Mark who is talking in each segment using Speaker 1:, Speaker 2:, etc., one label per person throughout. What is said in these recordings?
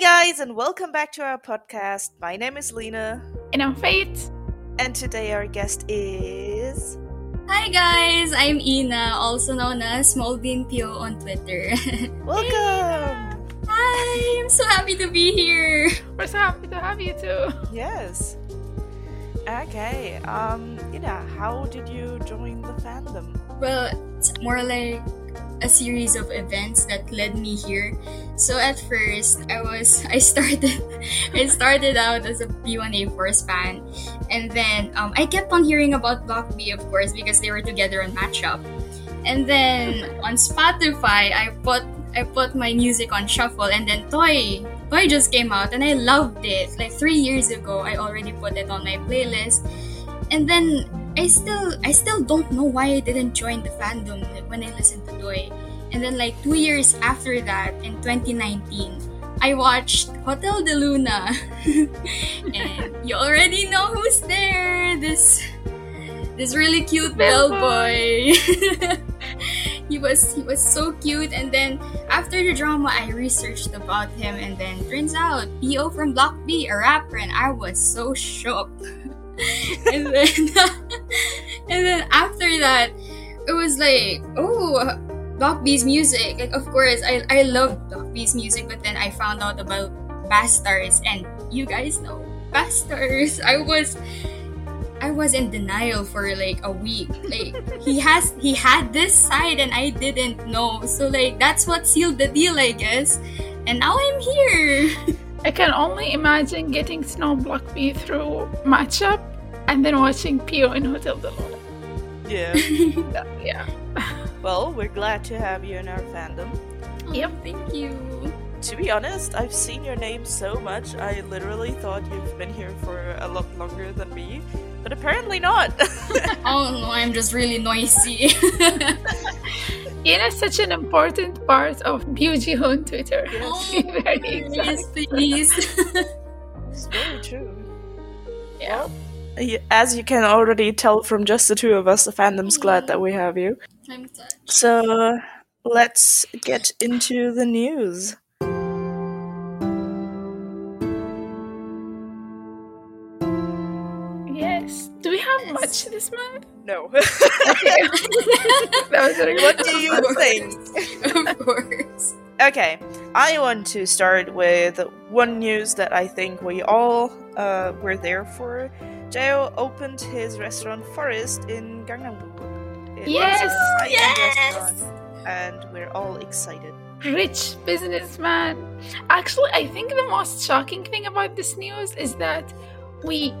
Speaker 1: guys, and welcome back to our podcast. My name is Lena,
Speaker 2: And I'm Faith.
Speaker 1: and today our guest is.
Speaker 3: Hi guys, I'm Ina, also known as Small Bean Pio on Twitter.
Speaker 1: Welcome!
Speaker 3: Hi, I'm so happy to be here.
Speaker 2: We're so happy to have you too.
Speaker 1: Yes. Okay, um, Ina, how did you join the fandom?
Speaker 3: Well, it's more like a series of events that led me here. So at first, I was I started I started out as a B1A Force fan, and then um, I kept on hearing about Block B, of course, because they were together on Matchup. And then on Spotify, I put I put my music on shuffle, and then Toy Toy just came out, and I loved it. Like three years ago, I already put it on my playlist, and then I still I still don't know why I didn't join the fandom when I listened to Toy. And then like two years after that, in 2019, I watched Hotel de Luna. and you already know who's there. This this really cute bellboy. he was he was so cute and then after the drama I researched about him and then turns out PO from Block B, a rapper, and I was so shocked and then and then after that it was like oh Doc B's music like of course I, I love Doc B's music but then I found out about Bastards and you guys know Bastards I was I was in denial for like a week like he has he had this side and I didn't know so like that's what sealed the deal I guess and now I'm here
Speaker 2: I can only imagine getting Snow Block B through matchup and then watching Pio in Hotel de Luna.
Speaker 1: Yeah.
Speaker 2: That- Yeah.
Speaker 1: well, we're glad to have you in our fandom.
Speaker 2: Yep.
Speaker 3: thank you
Speaker 1: To be honest, I've seen your name so much, I literally thought you've been here for a lot longer than me, but apparently not!
Speaker 3: oh no I'm just really noisy
Speaker 2: Ina is such an important part of Beauty on Twitter.
Speaker 3: Yes.
Speaker 2: To be very exact.
Speaker 3: Oh, Yes, please.
Speaker 1: it's very true.
Speaker 2: Yeah.
Speaker 1: Y- As you can already tell from just the two of us, the fandom's glad
Speaker 3: Mhm.
Speaker 1: that we have you.
Speaker 3: I'm touched.
Speaker 1: So let's get into the news.
Speaker 2: Yes. Do we have much this month?
Speaker 1: No.
Speaker 2: Okay. that was very
Speaker 1: what do you think?
Speaker 3: of course.
Speaker 1: Okay, I want to start with one news that I think we all uh, were there for. Jao opened his restaurant Forest in Gangnam-gu. It was a
Speaker 2: Yes!
Speaker 1: high-end
Speaker 3: Yes!
Speaker 1: restaurant, And we're all excited.
Speaker 2: rich businessman. Actually, I think the most shocking thing about this news is that we,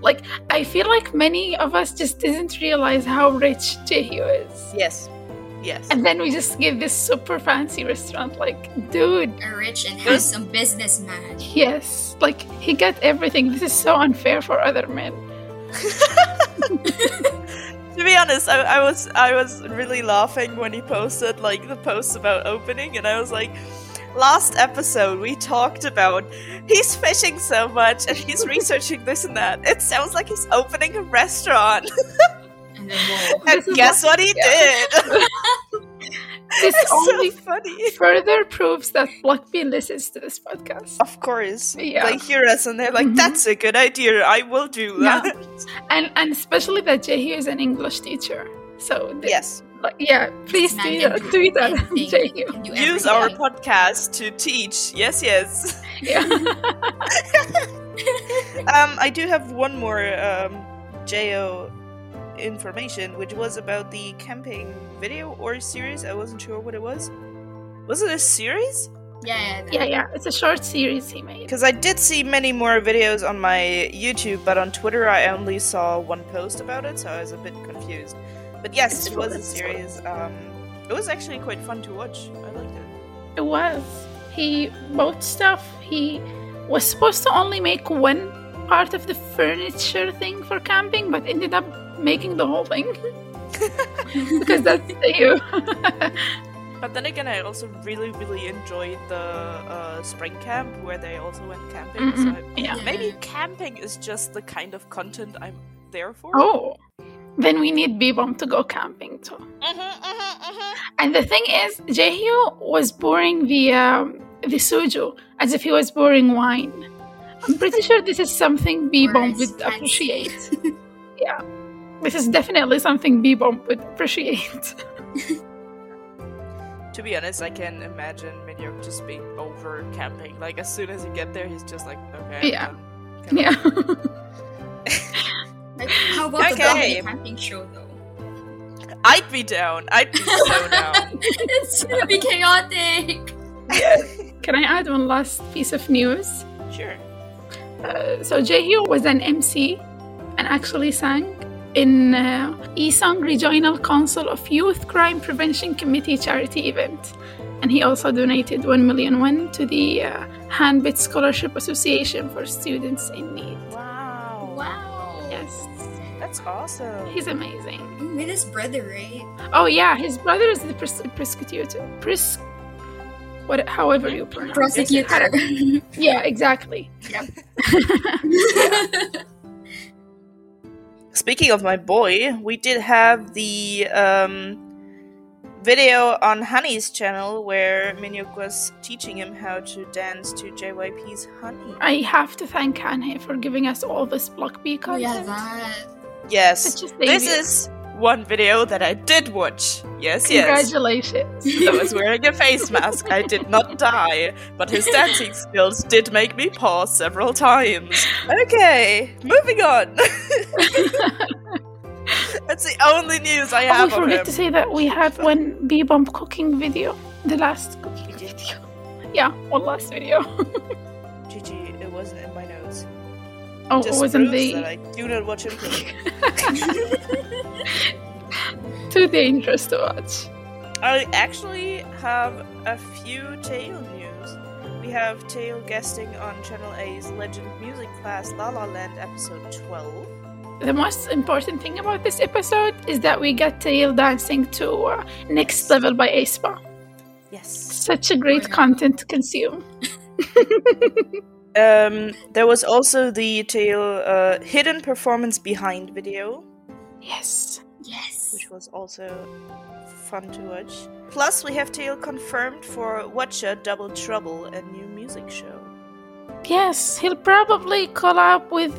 Speaker 2: like, I feel like many of us just didn't realize how rich Jehio is.
Speaker 1: Yes. Yes.
Speaker 2: And then we just get this super fancy restaurant. Like, dude,
Speaker 3: A rich and handsome businessman.
Speaker 2: yes. Like, he got everything. This is so unfair for other men.
Speaker 1: To be honest, I, I was I was really laughing when he posted like the post about opening, and I was like, last episode we talked about he's fishing so much and he's researching this and that. It sounds like he's opening a restaurant.
Speaker 3: And then whoa.
Speaker 1: And
Speaker 2: This is
Speaker 1: guess what he
Speaker 2: yeah.
Speaker 1: did?
Speaker 2: This
Speaker 1: it's
Speaker 2: only
Speaker 1: so funny.
Speaker 2: further proves that Blackbeard listens to this podcast.
Speaker 1: Of course,
Speaker 2: Yeah.
Speaker 1: they hear us and they're like,
Speaker 2: Mhm.
Speaker 1: "That's a good idea. I will do
Speaker 2: Yeah.
Speaker 1: that."
Speaker 2: And, and especially that Jehio is an English teacher. So, th-
Speaker 1: Yes,
Speaker 2: like, yeah, please
Speaker 3: Man
Speaker 2: do
Speaker 3: can
Speaker 2: that. Do that,
Speaker 3: anything,
Speaker 2: Jehio.
Speaker 3: can do
Speaker 1: use
Speaker 3: everything.
Speaker 1: our podcast to teach. Yes, yes.
Speaker 2: Yeah.
Speaker 1: Um, I do have one more um, JO information, which was about the camping video or series. I wasn't sure what it was. Was it a series?
Speaker 3: Yeah,
Speaker 2: yeah, yeah. It's a short series he made.
Speaker 1: Because I did see many more videos on my YouTube, but on Twitter I only saw one post about it, so I was a bit confused. But yes,
Speaker 2: It's
Speaker 1: it was a
Speaker 2: short, it's
Speaker 1: series. Um, it was actually quite fun to watch. I liked it.
Speaker 2: It was. He bought stuff. He was supposed to only make one part of the furniture thing for camping, but ended up making the whole thing because that's you.
Speaker 1: But then again, I also really, really enjoyed the uh, spring camp where they also went camping. So
Speaker 2: Mm-mm.
Speaker 1: I
Speaker 2: yeah.
Speaker 1: Maybe camping is just the kind of content I'm there for.
Speaker 2: Oh. Then we need B-Bomb to go camping too.
Speaker 1: Mhm, mhm, mhm.
Speaker 2: mm-hmm. And the thing is, Jehyo was pouring the um, the soju as if he was pouring wine. I'm pretty sure this is something B-Bomb
Speaker 3: Whereas
Speaker 2: would
Speaker 3: fancy-
Speaker 2: appreciate. yeah. This is definitely something B-Bomb would appreciate.
Speaker 1: To be honest, I can imagine Minyuk just being over camping. Like as soon as you get there, he's just like, okay. I'm
Speaker 2: Yeah.
Speaker 1: done. Come
Speaker 2: yeah.
Speaker 3: But how about
Speaker 1: Okay.
Speaker 3: the zombie camping show though?
Speaker 1: on." I'd be down. I'd be so down.
Speaker 3: it's gonna be chaotic.
Speaker 2: Can I add one last piece of news?
Speaker 1: Sure.
Speaker 2: Uh, so Jaehyun was an MC and actually sang in uh, Isong Regional Council of Youth Crime Prevention Committee charity event. And he also donated 1 million won to the uh, Hanbit Scholarship Association for students in need.
Speaker 1: Wow.
Speaker 3: Wow.
Speaker 2: Yes,
Speaker 1: That's awesome.
Speaker 2: he's amazing.
Speaker 3: With his brother, right?
Speaker 2: Oh yeah, his brother is the pres- prosecutor. Pres- what, however you pronounce it.
Speaker 3: Prosecutor.
Speaker 2: Yeah, exactly.
Speaker 1: Speaking of my boy, we did have the um, video on Honey's channel where Minyuk was teaching him how to dance to JYP's Honey.
Speaker 2: I have to thank Anhe for giving us all this Block B
Speaker 3: oh, yeah,
Speaker 2: content.
Speaker 3: that.
Speaker 1: Yes,
Speaker 2: Such a
Speaker 1: this
Speaker 2: savior.
Speaker 1: is one video that I did watch. Yes, yes.
Speaker 2: Congratulations.
Speaker 1: I was wearing a face mask. I did not die, but his dancing skills did make me pause several times. Okay, moving on. That's the only news I
Speaker 2: Oh, we
Speaker 1: have of him.
Speaker 2: forget to say that we had one B bomb cooking video. The last cooking video. Yeah, one last video.
Speaker 1: GG, it wasn't in my notes.
Speaker 2: Oh, it
Speaker 1: Just
Speaker 2: wasn't
Speaker 1: proves
Speaker 2: the
Speaker 1: that I do not watch him cook.
Speaker 2: too dangerous to watch.
Speaker 1: I actually have a few Tail news. We have Tail guesting on Channel A's Legend Music Class La La Land episode 12.
Speaker 2: The most important thing about this episode is that we got Tail dancing to uh, Next Level by Aespa.
Speaker 1: Yes.
Speaker 2: Such a great
Speaker 3: Oh, yeah.
Speaker 2: content to consume.
Speaker 1: Um, there was also the Tail uh, hidden performance behind video,
Speaker 2: Yes.
Speaker 3: Yes.
Speaker 1: which was also fun to watch. Plus, we have Tail confirmed for Watcha Double Trouble, a new music show.
Speaker 2: Yes, he'll probably collab with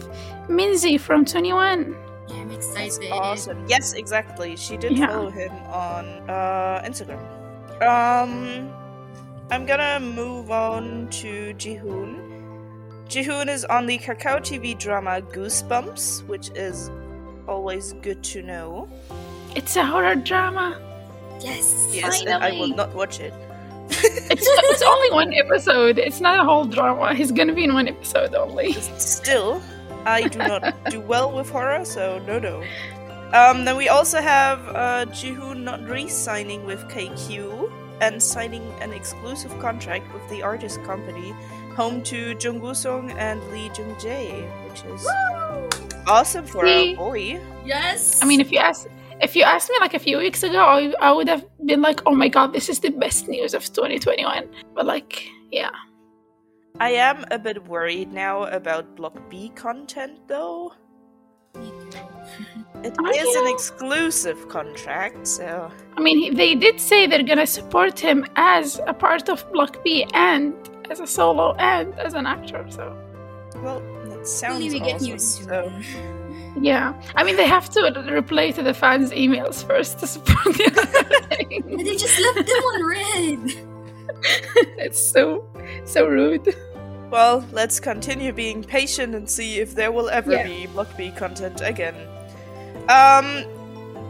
Speaker 2: Minzy from 21.
Speaker 3: Yeah, I'm excited.
Speaker 1: Awesome. Yes, exactly. She did
Speaker 2: Yeah.
Speaker 1: follow him on uh, Instagram. Um, I'm gonna move on to Jihoon. Jihoon is on the Kakao TV drama Goosebumps, which is always good to know.
Speaker 2: It's a horror drama.
Speaker 3: Yes.
Speaker 1: Yes, and I will
Speaker 2: Finally.
Speaker 1: not watch it.
Speaker 2: It's, it's only one episode. It's not a whole drama. He's gonna be in one episode only.
Speaker 1: Still, I do not do well with horror, so no, no. Um, then we also have uh, Jihoon not re-signing with KQ and signing an exclusive contract with the artist company, home to Jung Song and Lee Jung Jae, which is awesome for
Speaker 2: Yay.
Speaker 1: a boy.
Speaker 3: Yes.
Speaker 2: I mean, if you ask, if you asked me like a few weeks ago, I, I would have been like, "Oh my god, this is the best news of 2021." But like, yeah,
Speaker 1: I am a bit worried now about Block B content, though.
Speaker 3: Me too.
Speaker 1: It
Speaker 2: Are
Speaker 1: is an
Speaker 2: you?
Speaker 1: exclusive contract, so
Speaker 2: I mean, he- they did say they're gonna support him as a part of Block B and as a solo and as an actor. So
Speaker 1: well, that sounds
Speaker 3: Hopefully we get
Speaker 1: awesome,
Speaker 3: news soon.
Speaker 1: so-
Speaker 2: yeah, I mean, they have to reply to the fans' emails first to support the other thing.
Speaker 3: But they just left them on red.
Speaker 2: It's so so rude.
Speaker 1: Well, let's continue being patient and see if there will ever
Speaker 2: Yeah.
Speaker 1: be Block B content again. Um,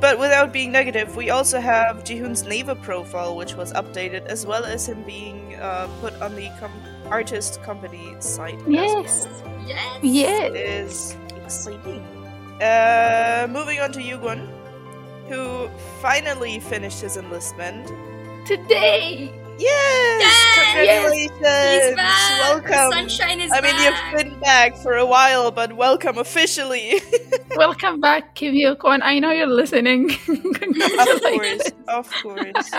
Speaker 1: but without being negative, we also have Jihoon's Naver profile, which was updated, as well as him being uh, put on the com- artist company site. as
Speaker 2: Yes.
Speaker 1: well.
Speaker 3: Yes.
Speaker 1: It
Speaker 2: Yeah.
Speaker 1: is exciting. Uh, moving on to Yugun, who finally finished his enlistment.
Speaker 2: Today.
Speaker 1: Yes!
Speaker 3: Yes!
Speaker 1: Congratulations!
Speaker 3: He's back. The
Speaker 1: Welcome!
Speaker 3: sunshine is
Speaker 1: I mean,
Speaker 3: back.
Speaker 1: you've been back for a while, but welcome officially.
Speaker 2: Welcome back, Kim Yoko, and I know you're listening.
Speaker 1: of course,
Speaker 2: Congratulations.
Speaker 1: of course.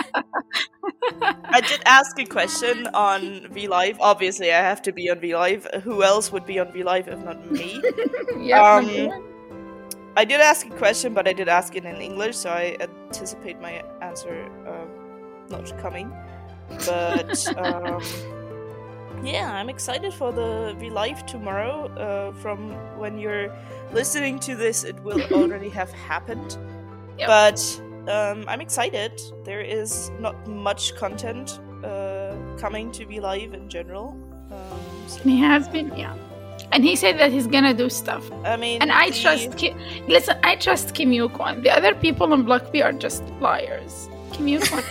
Speaker 1: I did ask a question on V Live. Obviously, I have to be on V Live. Who else would be on V Live if not me?
Speaker 2: yeah,
Speaker 1: Um,
Speaker 2: number one.
Speaker 1: I did ask a question, but I did ask it in English, so I anticipate my answer um, not coming. But um, Yeah, I'm excited for the V Live tomorrow. Uh, from when you're listening to this, it will already have happened.
Speaker 2: Yep.
Speaker 1: But um, I'm excited. There is not much content uh, coming to V Live in general. Um, so-
Speaker 2: And he has been, yeah. And he said that he's gonna do stuff.
Speaker 1: I mean,
Speaker 2: And I
Speaker 1: the-
Speaker 2: trust Kim. Listen, I trust Kim Yukon. The other people on Block B are just liars. Kim Yukon,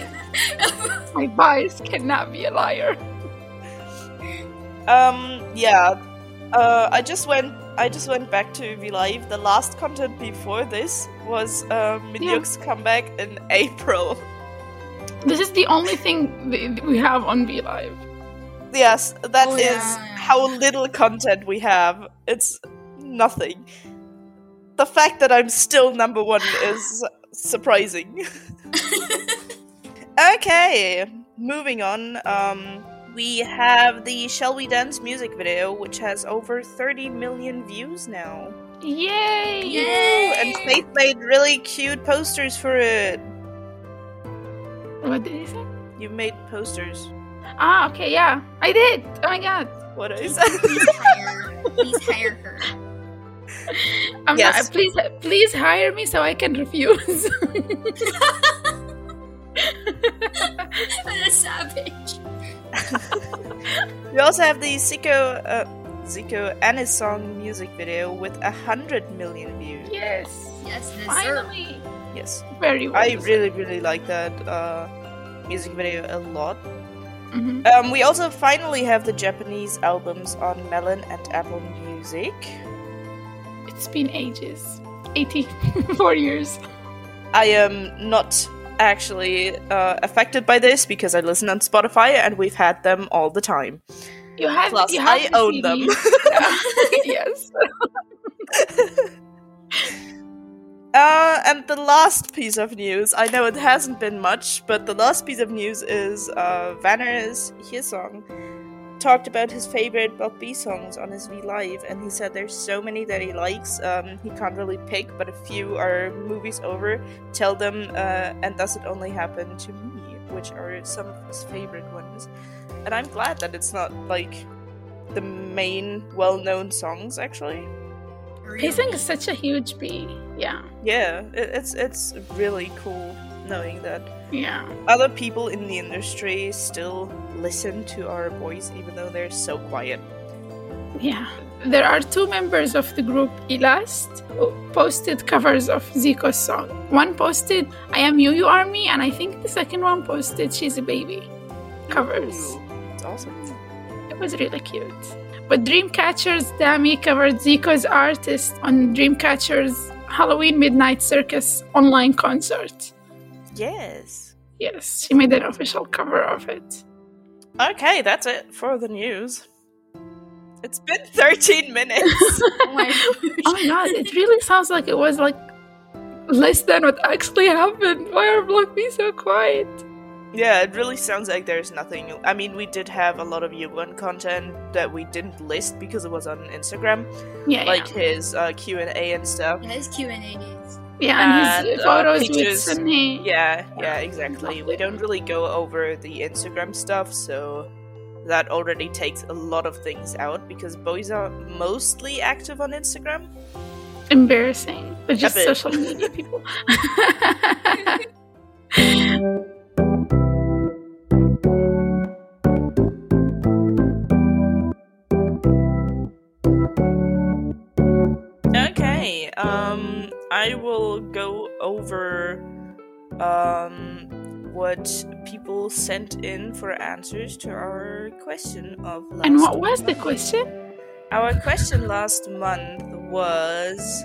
Speaker 2: my bias cannot be a liar.
Speaker 1: Um, yeah. Uh, I just went. I just went back to V Live. The last content before this was uh, Minyuk's comeback in April.
Speaker 2: This is the only thing th- we have on Be Live.
Speaker 1: Yes, that is
Speaker 3: Oh, yeah.
Speaker 1: how little content we have. It's nothing. The fact that I'm still number one is surprising. okay, moving on. Um, we have the Shall We Dance music video, which has over 30 million views now.
Speaker 2: Yay!
Speaker 3: Yay!
Speaker 1: And Faith made really cute posters for it.
Speaker 2: What did he say?
Speaker 1: You made posters.
Speaker 2: Ah, okay, yeah, I did. Oh my god,
Speaker 1: What I
Speaker 3: Please,
Speaker 1: said.
Speaker 3: please hire, please hire her.
Speaker 2: I'm
Speaker 1: Yes.
Speaker 2: not- please, please hire me so I can refuse.
Speaker 3: What a savage.
Speaker 1: We also have the Zico, uh, Zico Annie song music video with a hundred million views.
Speaker 2: yes,
Speaker 3: Yes, this
Speaker 2: finally,
Speaker 1: Yes,
Speaker 2: very well.
Speaker 1: I really, really like that uh, music video a lot.
Speaker 2: Mhm.
Speaker 1: Um, we also finally have the Japanese albums on Melon and Apple Music.
Speaker 2: It's been ages, 84 years.
Speaker 1: I am not actually uh, affected by this because I listen on Spotify and we've had them all the time.
Speaker 2: You have,
Speaker 1: Plus,
Speaker 2: you have
Speaker 1: I
Speaker 2: the
Speaker 1: own
Speaker 2: CD.
Speaker 1: them.
Speaker 2: Yeah. yes.
Speaker 1: Uh, and the last piece of news, I know it hasn't been much, but the last piece of news is uh, Vanner's Hillsong talked about his favorite Bob B songs on his V Live, and he said there's so many that he likes, um, he can't really pick, but a few are movies over, tell them, uh, and does it only happen to me, which are some of his favorite ones. And I'm glad that it's not like the main well known songs, actually.
Speaker 2: Pacing is such a huge B. Yeah.
Speaker 1: Yeah, it, it's it's really cool knowing that
Speaker 2: Yeah.
Speaker 1: other people in the industry still listen to our voice even though they're so quiet.
Speaker 2: Yeah. There are two members of the group Elast who posted covers of Zico's song. One posted I Am You You Are Me, and I think the second one posted She's a Baby covers.
Speaker 1: Ooh, It's awesome.
Speaker 2: It was really cute. But Dreamcatcher's Dami covered Zico's artist on Dreamcatcher's Halloween Midnight Circus online concert.
Speaker 1: Yes.
Speaker 2: Yes, she made an official cover of it.
Speaker 1: Okay, that's it for the news. It's been 13 minutes.
Speaker 3: Oh my
Speaker 2: Oh
Speaker 3: gosh.
Speaker 2: my god, it really sounds like it was like less than what actually happened. Why are Block B so quiet?
Speaker 1: yeah, it really sounds like there's nothing. I mean, we did have a lot of Yuan content that we didn't list because it was on Instagram,
Speaker 2: Yeah,
Speaker 1: like his uh, Q&A and stuff.
Speaker 3: Yeah, his Q and A's.
Speaker 2: yeah. yeah and,
Speaker 1: and,
Speaker 2: his
Speaker 1: uh,
Speaker 2: photos
Speaker 1: pictures.
Speaker 2: with Sunny.
Speaker 1: Yeah, yeah, exactly. We don't really go over the Instagram stuff, so that already takes a lot of things out because boys are mostly active on Instagram.
Speaker 2: Embarrassing. They're just
Speaker 1: bit.
Speaker 2: social media people.
Speaker 1: Okay, um, I will go over um, what people sent in for answers to our question of last
Speaker 2: and what was the question?
Speaker 1: Our question last month was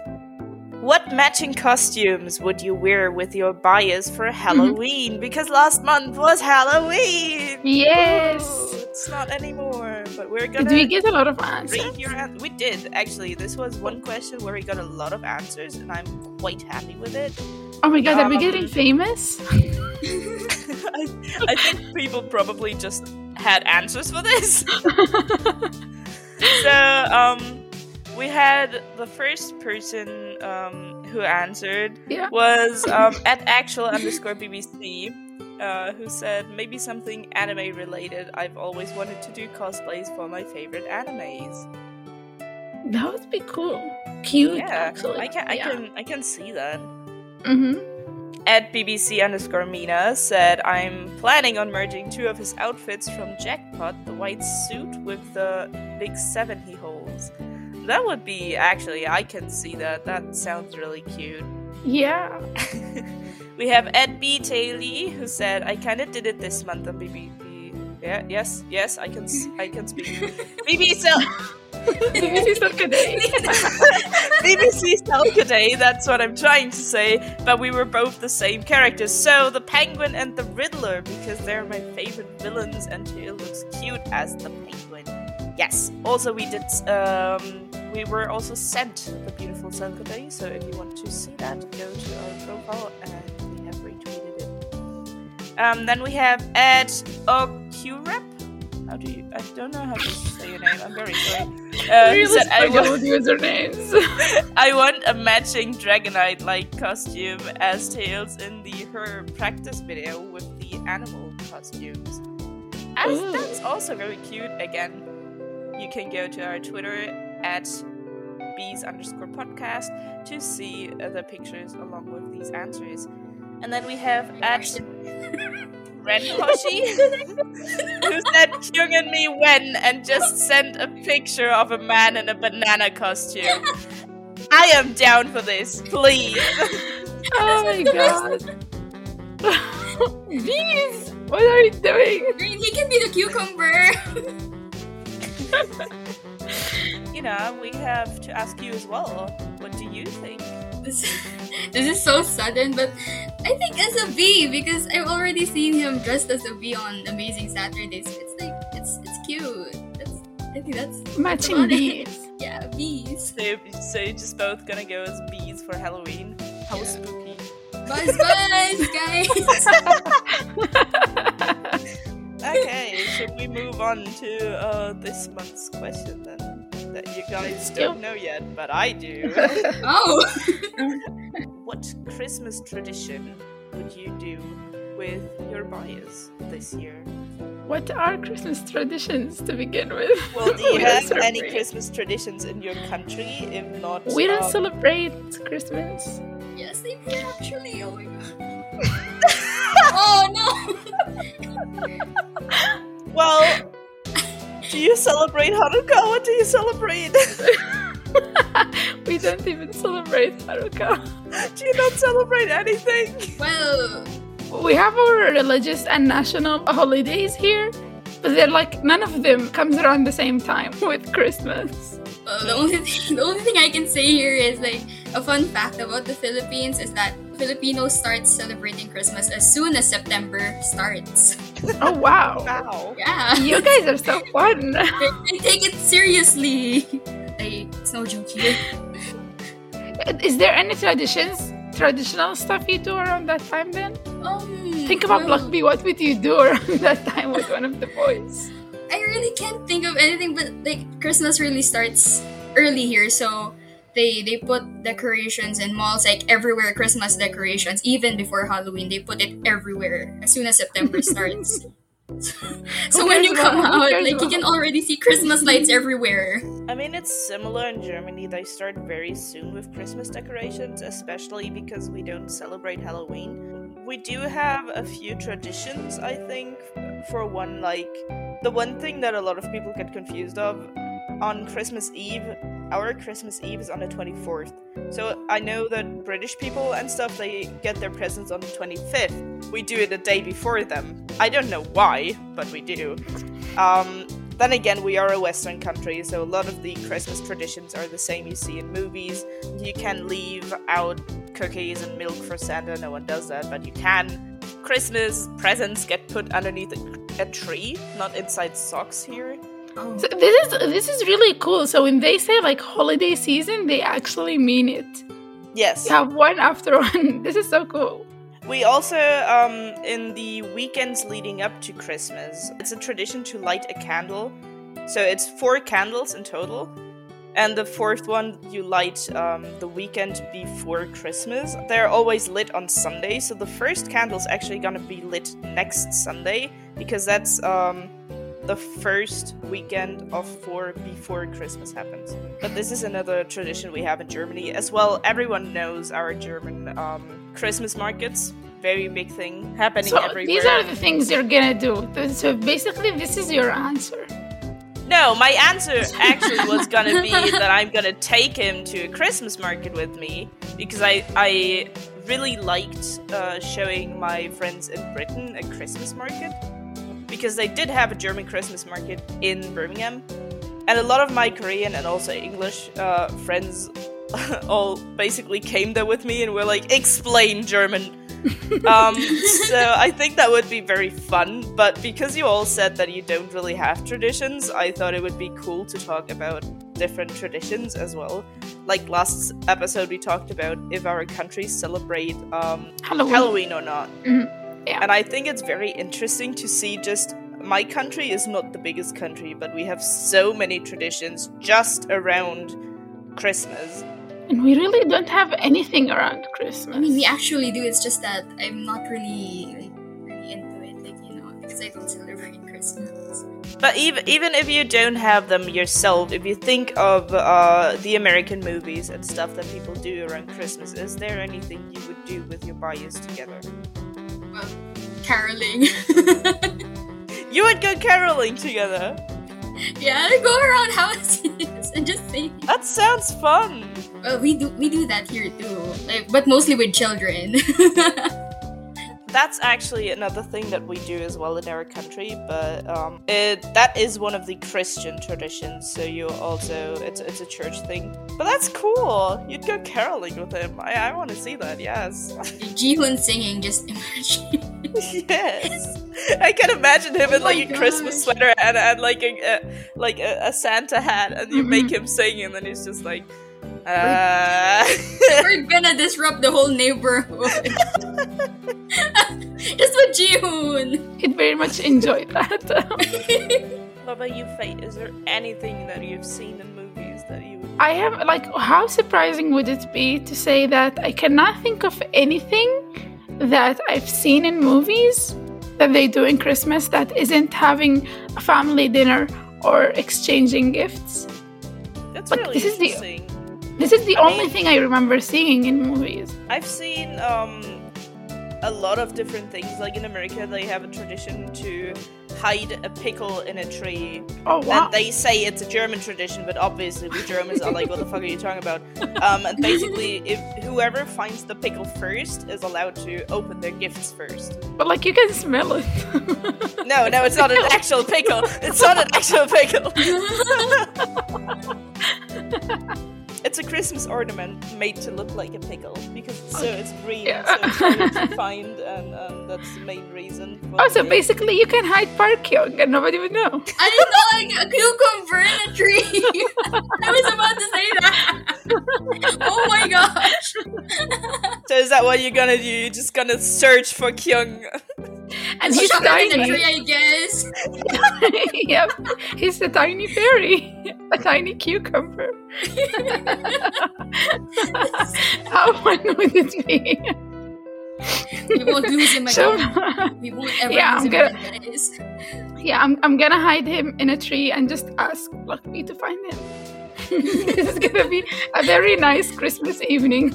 Speaker 1: what matching costumes would you wear with your bias for Halloween? Because last month was Halloween.
Speaker 2: Yes.
Speaker 1: Ooh, it's not anymore, but we're
Speaker 2: Did
Speaker 1: gonna
Speaker 2: we get a lot of answers?
Speaker 1: read your an- We did actually. This was one question where we got a lot of answers, and I'm quite happy with it.
Speaker 2: Oh my god, are we
Speaker 1: Um,
Speaker 2: getting famous?
Speaker 1: I, I think people probably just had answers for this. so, um, we had the first person um, who answered
Speaker 2: Yeah.
Speaker 1: was um, at actual underscore BBC. uh, who said maybe something anime related. I've always wanted to do cosplays for my favorite animes.
Speaker 2: That would be cool. Cute,
Speaker 1: yeah,
Speaker 2: actually.
Speaker 1: I can, I
Speaker 2: yeah.
Speaker 1: can, I can see that.
Speaker 2: Mm-hmm.
Speaker 1: At BBC underscore Mina said, I'm planning on merging two of his outfits from Jackpot, the white suit with the big seven he holds. That would be actually, I can see that. That sounds really cute.
Speaker 2: Yeah.
Speaker 1: We have Ed B. Taylor who said, "I kind of did it this month on BBB." Yeah, yes, yes, I can, s- I can speak. BBC, Sel-
Speaker 2: BBC Saturday.
Speaker 1: BBC Selka Day. That's what I'm trying to say. But we were both the same characters, so the Penguin and the Riddler, because they're my favorite villains, and she looks cute as the Penguin. Yes. Also, we did. Um, we were also sent the beautiful Selka Day. So if you want to see that, go to our profile, and we have retweeted it. Um, then we have Ed Okurep. How do you? I don't know how to say your name. I'm very sorry. Uh,
Speaker 2: we
Speaker 1: he
Speaker 2: really
Speaker 1: said, I,
Speaker 2: struggle
Speaker 1: want,
Speaker 2: with usernames.
Speaker 1: I want a matching Dragonite like costume as Tails in the her practice video with the animal costumes. As
Speaker 2: Ooh.
Speaker 1: that's also very cute. Again, you can go to our Twitter at bees underscore podcast to see uh, the pictures along with these answers. And then we have at Red Hoshi, who said Kyung and me when and just sent a picture of a man in a banana costume. I am down for this, please.
Speaker 2: oh my god. Bees! What are you doing?
Speaker 3: Green, he can be the cucumber.
Speaker 1: You know, we have to ask you as well. What do you think?
Speaker 3: This, this is so sudden, but I think as a bee because I've already seen him dressed as a bee on Amazing Saturdays. It's like it's it's cute. That's I think that's
Speaker 2: Matching
Speaker 3: Come on.
Speaker 2: bees.
Speaker 3: yeah bees.
Speaker 1: So, so you're just both gonna go as bees for Halloween? How
Speaker 3: Yeah.
Speaker 1: spooky!
Speaker 3: Buzz buzz guys.
Speaker 1: Okay, should we move on to uh, this month's question then? That you guys don't know yet, but I do.
Speaker 3: Oh.
Speaker 1: what Christmas tradition would you do with your bias this year?
Speaker 2: What are Christmas traditions to begin with?
Speaker 1: Well, do you
Speaker 2: We don't
Speaker 1: have any
Speaker 2: celebrate-
Speaker 1: Christmas traditions in your country? If not,
Speaker 2: We don't
Speaker 1: um,
Speaker 2: celebrate Christmas.
Speaker 3: Yes, they did actually. Oh my god. oh
Speaker 1: well, do you celebrate Hanukkah? What do you celebrate?
Speaker 2: We don't even celebrate Hanukkah.
Speaker 1: do you not celebrate anything?
Speaker 3: no. Well,
Speaker 2: We have our religious and national holidays here, but they're like none of them comes around the same time with Christmas.
Speaker 3: well uh, the only thing, the only thing I can say here is like a fun fact about the Philippines is that Filipinos start celebrating Christmas as soon as September starts.
Speaker 2: Oh wow.
Speaker 1: Wow.
Speaker 3: Yeah.
Speaker 2: You guys are so fun.
Speaker 3: They, they take it seriously. Like, it's no joke here.
Speaker 2: Is there any traditions, traditional stuff you do around that time then?
Speaker 3: Um,
Speaker 2: Think about
Speaker 3: well,
Speaker 2: Block B, what would you do around that time with one of the boys?
Speaker 3: I really can't think of anything, but like Christmas really starts early here, so they they put decorations in malls like everywhere. Christmas decorations, even before Halloween, they put it everywhere as soon as September starts. so when you
Speaker 2: cares
Speaker 3: come
Speaker 2: about- who
Speaker 3: out,
Speaker 2: cares
Speaker 3: like you
Speaker 2: about-
Speaker 3: can already see Christmas lights everywhere.
Speaker 1: I mean, it's similar in Germany. They start very soon with Christmas decorations, especially because we don't celebrate Halloween. We do have a few traditions, I think. For one, like the one thing that a lot of people get confused of on Christmas Eve, our Christmas Eve is on the 24th. So I know that British people and stuff they get their presents on the 25th. We do it a day before them. I don't know why, but we do. Um, then again, we are a Western country, so a lot of the Christmas traditions are the same you see in movies. You can leave out cookies and milk for Santa, no one does that, but you can. Christmas presents get put underneath a, a tree, not inside socks here.
Speaker 3: Oh.
Speaker 2: So this is this is really cool. So when they say like holiday season, they actually mean it.
Speaker 1: Yes.
Speaker 2: You have one after one. This is so cool.
Speaker 1: We also, um, in the weekends leading up to Christmas, it's a tradition to light a candle. So it's four candles in total. and the fourth one you light um, the weekend before Christmas. They're always lit on Sunday, so the first candle's actually gonna be lit next Sunday because that's um, the first weekend of four before Christmas happens. But this is another tradition we have in Germany as well. Everyone knows our German um, Christmas markets. Very big thing happening
Speaker 2: So
Speaker 1: everywhere.
Speaker 2: these are the things you're gonna do. So basically, this is your answer.
Speaker 1: No, my answer actually was gonna be that I'm gonna take him to a Christmas market with me because I I really liked uh, showing my friends in Britain a Christmas market because they did have a German Christmas market in Birmingham, and a lot of my Korean and also English uh, friends all basically came there with me and were like, "Explain German." um, so I think that would be very fun. But because you all said that you don't really have traditions, I thought it would be cool to talk about different traditions as well. Like last episode, we talked about if our countries celebrate um,
Speaker 2: Halloween.
Speaker 1: Halloween or not.
Speaker 2: Mhm. Yeah.
Speaker 1: And I think it's very interesting to see just my country is not the biggest country, but we have so many traditions just around Christmas.
Speaker 2: And we really don't have anything around Christmas.
Speaker 3: I mean, we actually do. It's just that I'm not really like really into it, like you know, because I don't celebrate Christmas.
Speaker 1: But even even if you don't have them yourself, if you think of uh, the American movies and stuff that people do around Christmas, is there anything you would do with your bias together?
Speaker 3: Well, caroling.
Speaker 1: You would go caroling together.
Speaker 3: yeah, I go around houses and just sing.
Speaker 1: That sounds fun.
Speaker 3: Well, we do we do that here too, like, but mostly with children.
Speaker 1: That's actually another thing that we do as well in our country, but um, it, that is one of the Christian traditions. So you also it's it's a church thing, but that's cool. You'd go caroling with him. I, I want to see that. Yes.
Speaker 3: Jihoon singing, just imagine.
Speaker 1: yes, I can imagine him in
Speaker 3: Oh
Speaker 1: like
Speaker 3: my
Speaker 1: a Christmas
Speaker 3: gosh.
Speaker 1: sweater and, and like a, a like a, a Santa hat, and you
Speaker 2: Mhm.
Speaker 1: make him sing, and then he's just Mm-hmm. like, uh,
Speaker 3: We're gonna disrupt the whole neighborhood. just with Jihoon.
Speaker 2: He'd very much enjoy that.
Speaker 1: "What about you, Fate? Is there anything that you've seen in movies that you?"
Speaker 2: I have like, how surprising would it be to say that I cannot think of anything that I've seen in movies that they do in Christmas that isn't having a family dinner or exchanging gifts.
Speaker 1: That's
Speaker 2: But
Speaker 1: really
Speaker 2: this is the-
Speaker 1: interesting.
Speaker 2: This is the
Speaker 1: I
Speaker 2: only
Speaker 1: mean-
Speaker 2: thing I remember seeing in movies.
Speaker 1: I've seen um, a lot of different things. Like in America, they have a tradition to hide a pickle in a tree
Speaker 2: Oh wow!
Speaker 1: And they say it's a German tradition, but obviously we Germans are like, what the fuck are you talking about? Um, and basically, if whoever finds the pickle first is allowed to open their gifts first.
Speaker 2: but like you can smell it.
Speaker 1: No, no, it's not an actual pickle. It's not an actual pickle. It's a Christmas ornament made to look like a pickle because so it's green, so it's harder to find, and um, that's the main reason. For
Speaker 2: also,
Speaker 1: the-
Speaker 2: basically, you can hide Park Young and nobody would know.
Speaker 3: I didn't know like a cucumber in a tree. I was about to say that. oh my gosh.
Speaker 1: So is that what you're gonna do? You're just gonna search for Kyung?
Speaker 2: And
Speaker 3: She
Speaker 2: he's
Speaker 3: shot her in the
Speaker 2: tiny.
Speaker 3: tree, I guess.
Speaker 2: yep, he's a tiny fairy, a tiny cucumber. How fun would it be?
Speaker 3: We won't lose him
Speaker 2: So,
Speaker 3: again. we won't ever
Speaker 2: Yeah, I'm
Speaker 3: lose him
Speaker 2: gonna-
Speaker 3: again, guys.
Speaker 2: yeah, I'm, I'm gonna hide him in a tree and just ask Lucky to find him. this is gonna be a very nice Christmas evening.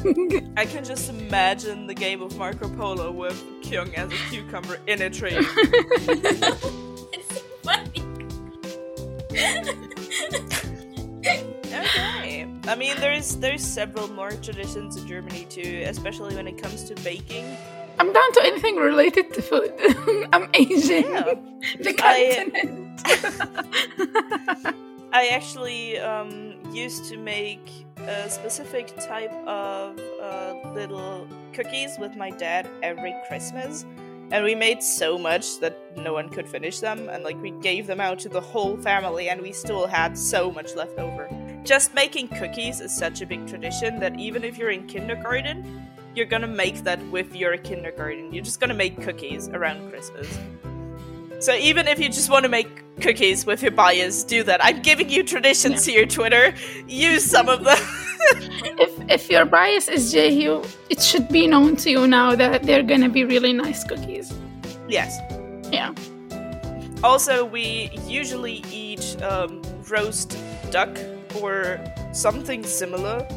Speaker 1: I can just imagine the game of Marco Polo with Kyung as a cucumber in a tree.
Speaker 3: It's so funny.
Speaker 1: okay. I mean, there's there's several more traditions in Germany too, especially when it comes to baking.
Speaker 2: I'm down to anything related to food. I'm Asian.
Speaker 1: Yeah.
Speaker 2: The
Speaker 1: I-
Speaker 2: continent.
Speaker 1: I actually um, used to make a specific type of uh, little cookies with my dad every Christmas. And we made so much that no one could finish them. And like we gave them out to the whole family, and we still had so much left over. Just making cookies is such a big tradition that even if you're in kindergarten, you're gonna make that with your kindergarten. You're just gonna make cookies around Christmas. So even if you just want to make cookies with your bias. Do that. I'm giving you traditions here, Twitter. Use some of them.
Speaker 2: If if your bias is Jehu, it should be known to you now that they're gonna be really nice cookies.
Speaker 1: yes.
Speaker 2: Yeah.
Speaker 1: Also, we usually eat um, roast duck or something similar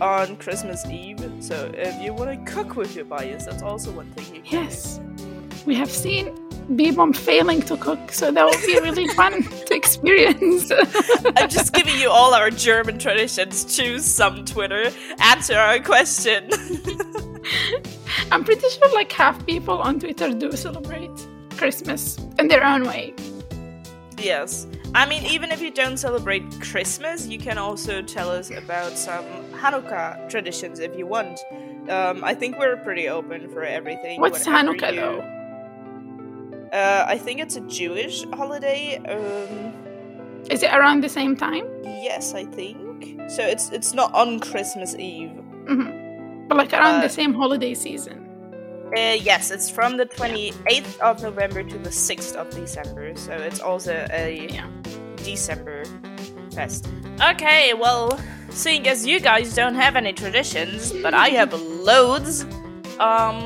Speaker 1: on Christmas Eve. So if you want to cook with your bias, that's also one thing you can
Speaker 2: Yes. We have seen Bebom failing to cook, so that would be really fun to experience.
Speaker 1: do. I'm just giving you all our German traditions. Choose some Twitter. Answer our question.
Speaker 2: I'm pretty sure like half people on Twitter do celebrate Christmas in their own way.
Speaker 1: yes. I mean, even if you don't celebrate Christmas, you can also tell us about some Hanukkah traditions if you want. Um, I think we're pretty open for everything.
Speaker 2: What's
Speaker 1: whatever
Speaker 2: Hanukkah
Speaker 1: you-
Speaker 2: though?
Speaker 1: Uh, I think it's a Jewish holiday. Um,
Speaker 2: Is it around the same time?
Speaker 1: yes, I think. So it's it's not on Christmas Eve.
Speaker 2: hmm But like
Speaker 1: Uh,
Speaker 2: around the same holiday season.
Speaker 1: Uh, yes, it's from the 28th of November to the 6th of December. So it's also a
Speaker 2: Yeah.
Speaker 1: December fest. Okay, well, seeing as you guys don't have any traditions, but I have loads, um,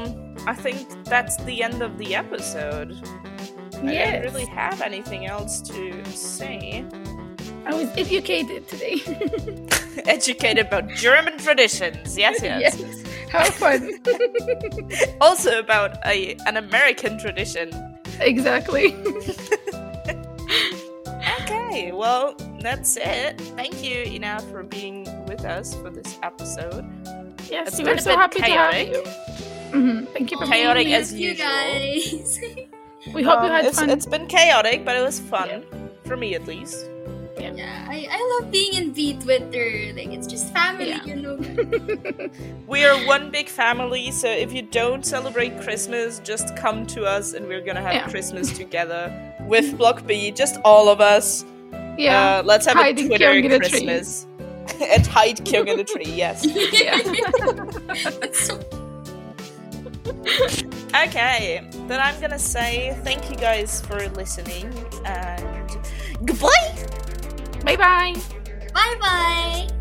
Speaker 1: I think that's the end of the episode. I
Speaker 2: Yes.
Speaker 1: don't really have anything else to say.
Speaker 2: I was educated today.
Speaker 1: educated about German traditions. Yes, yes.
Speaker 2: How fun.
Speaker 1: Also about a, an American tradition.
Speaker 2: exactly.
Speaker 1: Okay, well, that's it. Thank you, Ina, for being with us for this episode.
Speaker 2: Yes,
Speaker 1: It's
Speaker 2: we
Speaker 1: been
Speaker 2: were
Speaker 1: a
Speaker 2: so
Speaker 1: bit
Speaker 2: happy
Speaker 1: chaotic.
Speaker 2: to have you. hmm Thank you for being
Speaker 1: Chaotic
Speaker 2: here.
Speaker 1: as
Speaker 3: you
Speaker 1: usual.
Speaker 3: guys.
Speaker 2: We hope you
Speaker 1: Um,
Speaker 2: had
Speaker 1: it's,
Speaker 2: fun.
Speaker 1: it's been chaotic, but it was fun. For me, at least.
Speaker 3: yeah, I, I love being in V Twitter. Like it's just family,
Speaker 2: Yeah.
Speaker 3: you know.
Speaker 1: We are one big family, so if you don't celebrate Christmas, just come to us and we're gonna have
Speaker 2: Yeah.
Speaker 1: Christmas together with Block B, just all of us.
Speaker 2: yeah.
Speaker 1: Uh, let's have
Speaker 2: Hide
Speaker 1: a
Speaker 2: in
Speaker 1: Twitter
Speaker 2: Kyung in a tree.
Speaker 1: Christmas. and hide Kyung in the tree, yes.
Speaker 2: Yeah.
Speaker 3: That's so
Speaker 1: Okay, then I'm gonna say thank you guys for listening and goodbye!
Speaker 2: bye bye.
Speaker 3: bye bye.